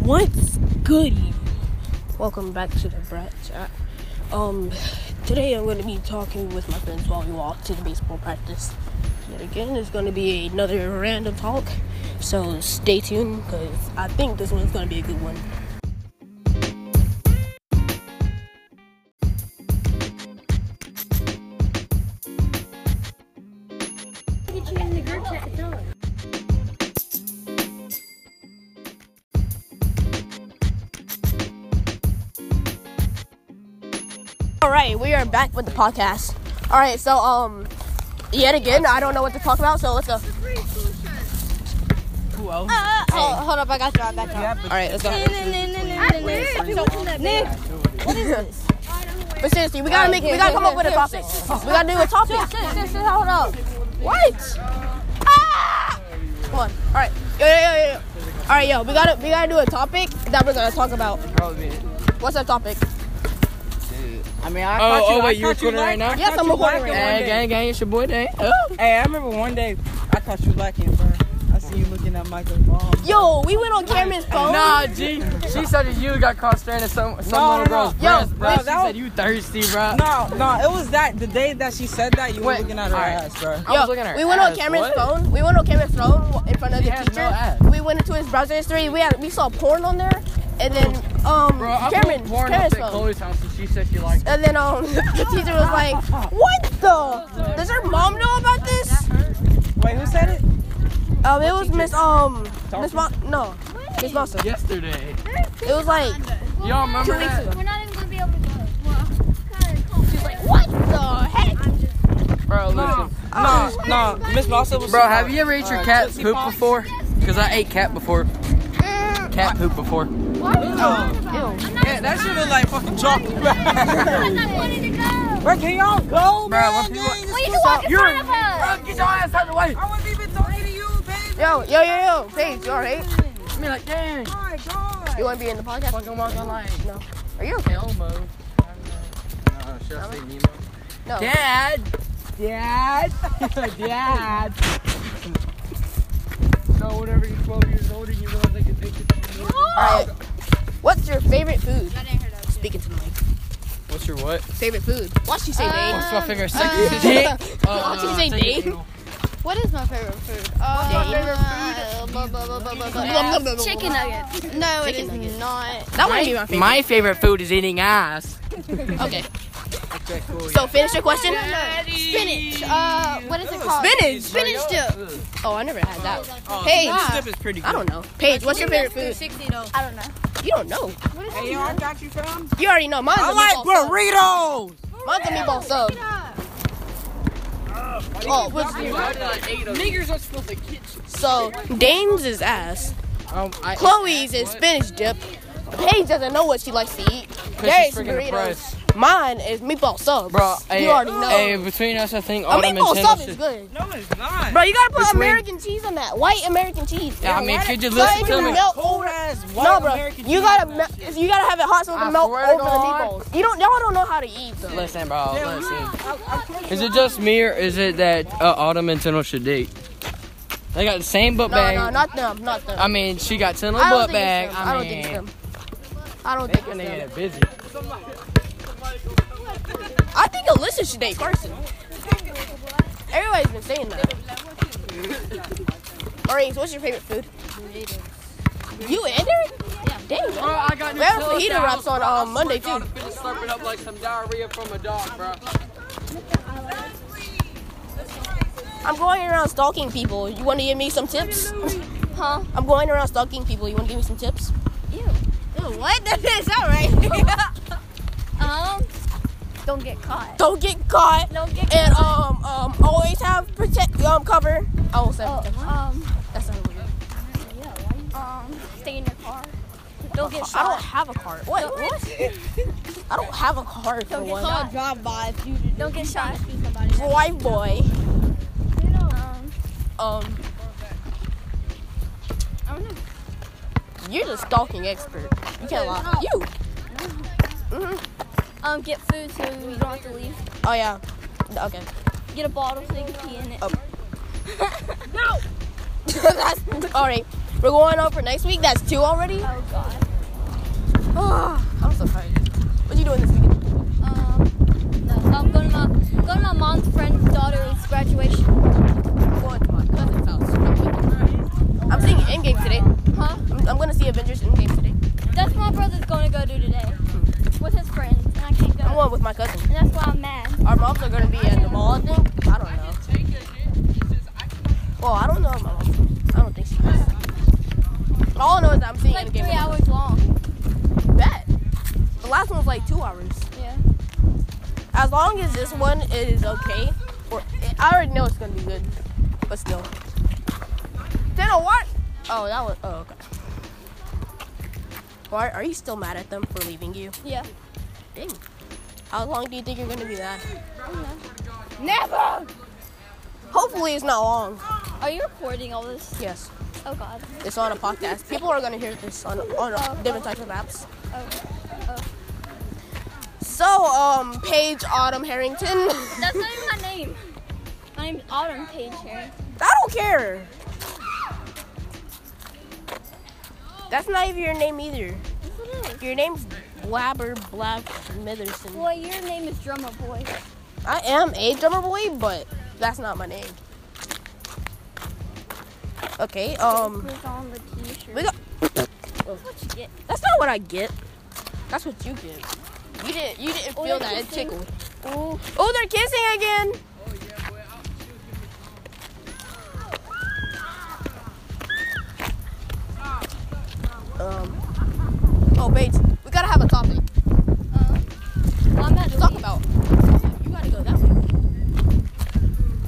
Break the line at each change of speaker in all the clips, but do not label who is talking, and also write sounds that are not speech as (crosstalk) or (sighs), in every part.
What's good? Welcome back to the Brat Chat. Um, today I'm going to be talking with my friends while we walk to the baseball practice. Yet again, it's going to be another random talk, so stay tuned because I think this one's going to be a good one.
Get you in the group chat to tell us.
All right, we are back with the podcast. All right, so um, yet again, I don't know what to talk about, so let's go. Uh, oh, hold up, I got you. I got you. All right, let's go. But seriously, we gotta make, we gotta come up with a topic. We gotta do a topic.
hold up.
What? Ah! Come on. All right. Yo, yo, yo, yo, yo. All right, yo. We gotta, we gotta do a topic that we're gonna talk about. What's our topic?
I mean, I
Oh,
caught you.
oh,
I
wait, you
caught
recording right now?
I
Yes,
caught
I'm
you
recording
lacking
right
one
Hey,
day.
gang, gang, it's your boy Oh. Dang.
Hey, I remember one day I caught you lacking, bro. I see you looking at Michael's mom.
Yo, we went on Cameron's phone.
Nah, G. She said that you got caught staring at some, some
No,
little
no, no.
girl's
Yo,
breast, bro.
wait,
She
that
said
was-
you thirsty, bro.
No, no, it was that the day that she said that you
Wait,
were looking at her
alright.
ass, bro.
I
Yo,
was looking at her
we went on
ass.
Cameron's
What?
phone. We went on Cameron's phone in front of
She
the
has
teacher.
no ass.
we went into his browser history. We had we saw porn on there, and then um
Bro, I
Cameron
put porn
Cameron's
up at
phone.
Chloe's house and she said she liked it.
And then um (laughs) the teacher was like, "What the? Does your mom know about this?"
Wait, who said it?
Um, it was Miss um Miss
Dawson?
Mo- no Miss Lawson.
Yesterday.
It was like
Y'all remember
weeks
that?
We're not even gonna be able to go.
what the heck?
Bro, listen.
No, no, Miss Lawson was.
Bro, have you ever ate your
Uh,
cat
Tootsie
poop
Pops?
before? Because I ate cat before. Cat poop before.
Yeah, that should have like fucking chocolate. bro,
I'm not wanting to go.
can y'all
Bro,
go, man?
when people-
Dang, this
Well, you
is
can walk in
You're-
front of us.
Bro, get your ass out of the way.
I wasn't even talking to you, baby.
Yo yo yo yo, Paige, you alright?
I mean, like, dang.
Oh my
You
god.
want to be in the podcast?
Fucking walking like
Are you okay?
Elmo. No, should I say Nemo?
No.
Dad!
Dad, dad.
So whenever you're 12 years old and you realize like addicted to
Alright. What's your favorite food? Speaking to the mic.
What's your what?
Favorite food? Why'd she say name?
What's my finger?
(laughs)
uh,
Why'd she say name?
What is my favorite food? Oh,
Blah, blah,
Uh,
blah, blah,
Chicken
blah.
nuggets.
No, it is not.
That might be my favorite.
My favorite food is eating ass.
Okay. So finish your question.
Spinach. Uh, what is it called?
Spinach.
Spinach dip.
Oh, I never had that.
Oh,
Paige.
this dip is pretty good.
I don't know. Paige, what's your favorite food?
I don't know.
You don't know.
Hey, yo, I got you, fam.
You already know. Mine's a
I like
meatball sub.
burritos.
Mine's a meatball sub. Oh, what's your-
Niggers are supposed to kitchen.
so Dame's is ass.
Um, I,
Chloe's is spinach dip. Paige doesn't know what she likes to eat. There's burritos. Mine is meatball subs.
Bro, hey,
you already know.
Hey, between us, I think
a
all
meatball sub is good.
No, it's not.
Bro, you gotta put
Between-
American cheese on that. White American cheese.
Yeah, I mean, could you
So
listen
it
to
can
me?
melt
Cold
over.
ass white
No, bro.
American
You
cheese.
gotta melt, you gotta have it hot so it
I
can melt over the
swear to God.
meatballs. You don't y'all don't know how to eat though.
Listen, bro.
Yeah,
Listen.
I, I can't-
Is it just me or is it that uh, Autumn and Tennille should date? They got the same butt
No,
bag.
no, not them, not them.
I mean, she got Tennille
I don't
butt
think
bag.
it's them.
I,
I don't
mean,
think it's them. I don't
They
think it's
gonna
them.
get busy.
I think Alyssa should date Carson. Everybody's been saying that. Maurice, what's your favorite food? You and Eric? Dang.
Bro, I got
We have fajita wraps on um, Monday too.
Slurping up like some diarrhea from a dog, bro.
I'm going around stalking people. You want to give me some tips?
Huh?
I'm going around stalking people. You want to give me some tips?
What? That is all right.
Um, don't get caught.
(laughs) Don't get caught.
Don't get
And um um always have protect um cover. Oh. I will say
Um,
that's not really.
um, stay in your car. Don't get
I don't
shot.
have a car. What? what? I don't have a car for
Don't get
one.
shot.
Drive by.
Don't get shot.
Drive boy.
Um,
Um. You're the stalking expert. You can't lie. You.
um, get food so you don't have to leave.
Oh yeah. Okay. (laughs)
Get a bottle so you can pee in it.
That's all right. We're going on for next week. That's two already.
Oh god.
Ah, (sighs) I'm so tired. What you doing this weekend?
Um, no, I'm going to my going to my mom's friend's daughter's graduation.
I'm going to my cousin's house. I'm seeing Endgame today.
Huh?
I'm, I'm gonna see Avengers Endgame today.
That's what my brother's going to go do today with his friends, and I can't
I'm
go.
going with my cousin.
And that's why I'm mad.
Our moms are gonna be at the mall, I think. I don't know. Well, I don't know if my mom. I don't think she is. All I know is that I'm seeing
It's like
Endgame.
three hours long.
Bet. The last one was like two hours.
Yeah.
As long as this one is okay, or I already know it's gonna be good, but still. Dana, what? Oh, that was. Oh, okay. Why are you still mad at them for leaving you?
Yeah.
Dang. How long do you think you're gonna be mad?
Never!
Hopefully, it's not long.
Are you recording all this?
Yes,
Oh god.
it's on a podcast. People are gonna hear this on on different types of apps.
Oh.
So, um, Paige Autumn Harrington. (laughs)
That's not even my name. My name's Autumn Page here.
I don't care. That's not even your name either.
Yes, it is.
Your name's Blabber Black Mitherson.
Boy, your name is Drummer Boy.
I am a drummer boy, but that's not my name. Okay, um,
Who's on the t-shirt?
we got,
That's what you get.
that's not what I get. That's what you get. You didn't, you didn't
Oh,
feel
they're
that it
kissing.
tickled.
Ooh.
Oh, they're kissing again. Um. Oh, Bates, we gotta have a topic
Uh, well, I'm at
to talk about. You gotta go that way.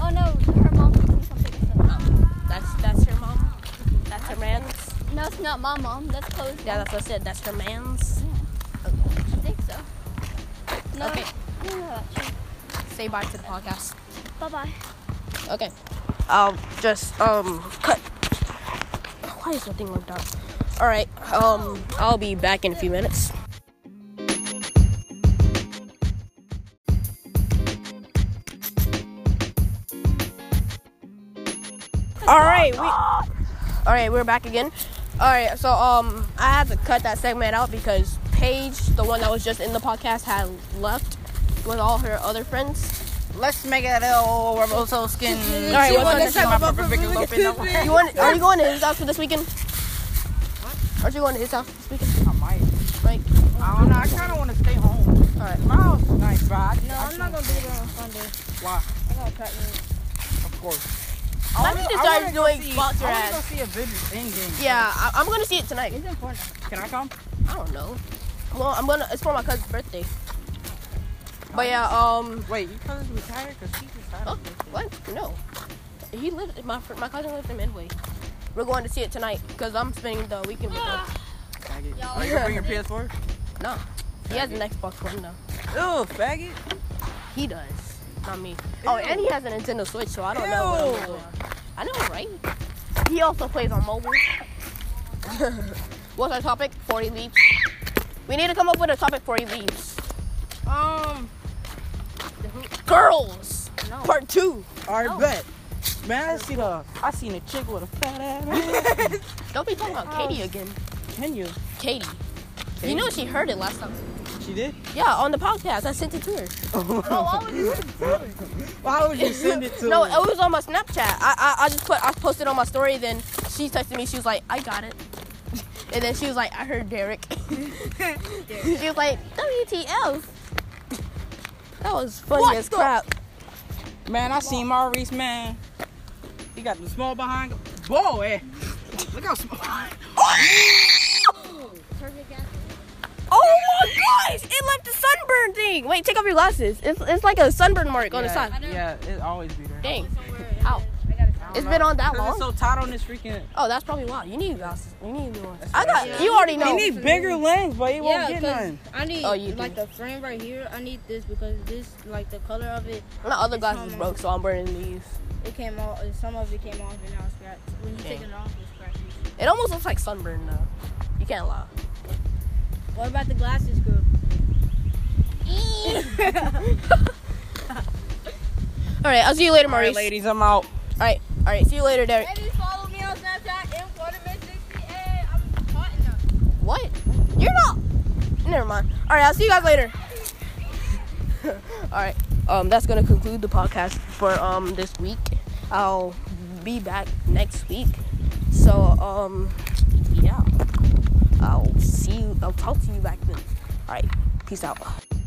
Oh no, her mom's doing something. So.
That's that's her mom. That's her man's.
No, it's not my mom. That's Chloe's
Yeah,
mom.
that's what I said. That's her man's.
I think so. No,
Okay.
I don't know about you.
Say bye to the podcast.
Bye bye.
Okay. I'll just um cut. Why is the thing worked out? All right. Um, I'll be back in a few minutes. All right. We. All right. We're back again. All right. So um, I had to cut that segment out because Paige, the one that was just in the podcast, had left with all her other friends.
Let's make it a little Roboto skin. All
right, what's on the top You want? Are you going to his house for this weekend? Aren't you going to his house this weekend?
I might.
Like,
I don't know. I kind of want to stay home.
all right.
My house is nice, but I, no,
I'm not gonna do that on Sunday.
Why?
I got practice.
Of course.
Let
wanna-
me just start
wanna go
doing
see-
sponsor
I wanna go
ads.
see a video Endgame.
Yeah, I, I'm gonna see it tonight.
It's important.
Can I come?
I don't know. Well, I'm gonna. It's for my cousin's birthday. But yeah, um,
Wait, you cousin's retired? Cause she's retired.
huh? Oh, what? No, he lives. My fr- my cousin lives in Midway. We're going to see it tonight because I'm spending the weekend with him.
Faggot. Are you gonna bring your PS4?
No, he has an Xbox One though.
Ew, faggot.
He does, not me. Oh, and he has a Nintendo Switch, so I don't know. What I'm doing. I know, right? He also plays on mobile. What's our topic? Before he leaves, we need to come up with a topic before he leaves.
Um,
Girls, part two.
all right, bet. Man, I seen a, I seen a chick with a
(laughs)
fat ass.
Don't be talking about Katie again.
Can you?
Katie. You know she heard it last time.
She did.
Yeah, on the podcast. I sent it to her.
Why would you send it to?
no,
her?
it was on my Snapchat. I, I I just put I posted on my story, then she texted me, she was like, I got it. (laughs) And then she was like, I heard Derek. (laughs) she was like, WTF. That was funny
What
as
the-
crap. uh,
Man, I seen Maurice, man. He got the small behind. Boy, look how small.
Oh my gosh! It left a sunburn thing! Wait, take off your glasses. It's, it's like a sunburn mark on the
yeah,
side.
yeah, it always be there.
Dang. Ow. It's been on that
Cause
long?
it's so tight on this freaking.
Oh, that's probably why. You need glasses. You need new ones. I got. You already know.
He need bigger lens, but he won't Oh, get none.
I need
Oh, you
like
do.
the frame right here. I need this because this like the color of it.
My other glasses broke, so I'm burning these.
It came off. Some of it came off and now it's scratched. When you take it off, it's scratched.
It almost looks like sunburn though. You can't lie. (laughs)
What about the glasses group?
All right, I'll see you later,
All right,
Maurice.
ladies, I'm out.
All right, all right. See you later, Derek.
Ladies, follow me on Snapchat. M Quarterman six
What?
You're not. Never mind. All right, I'll see you guys later. (laughs) All right. Um, that's gonna conclude the podcast for um this week. I'll be back next week. So um, yeah. I'll see you. I'll talk to you back then. All right. Peace out.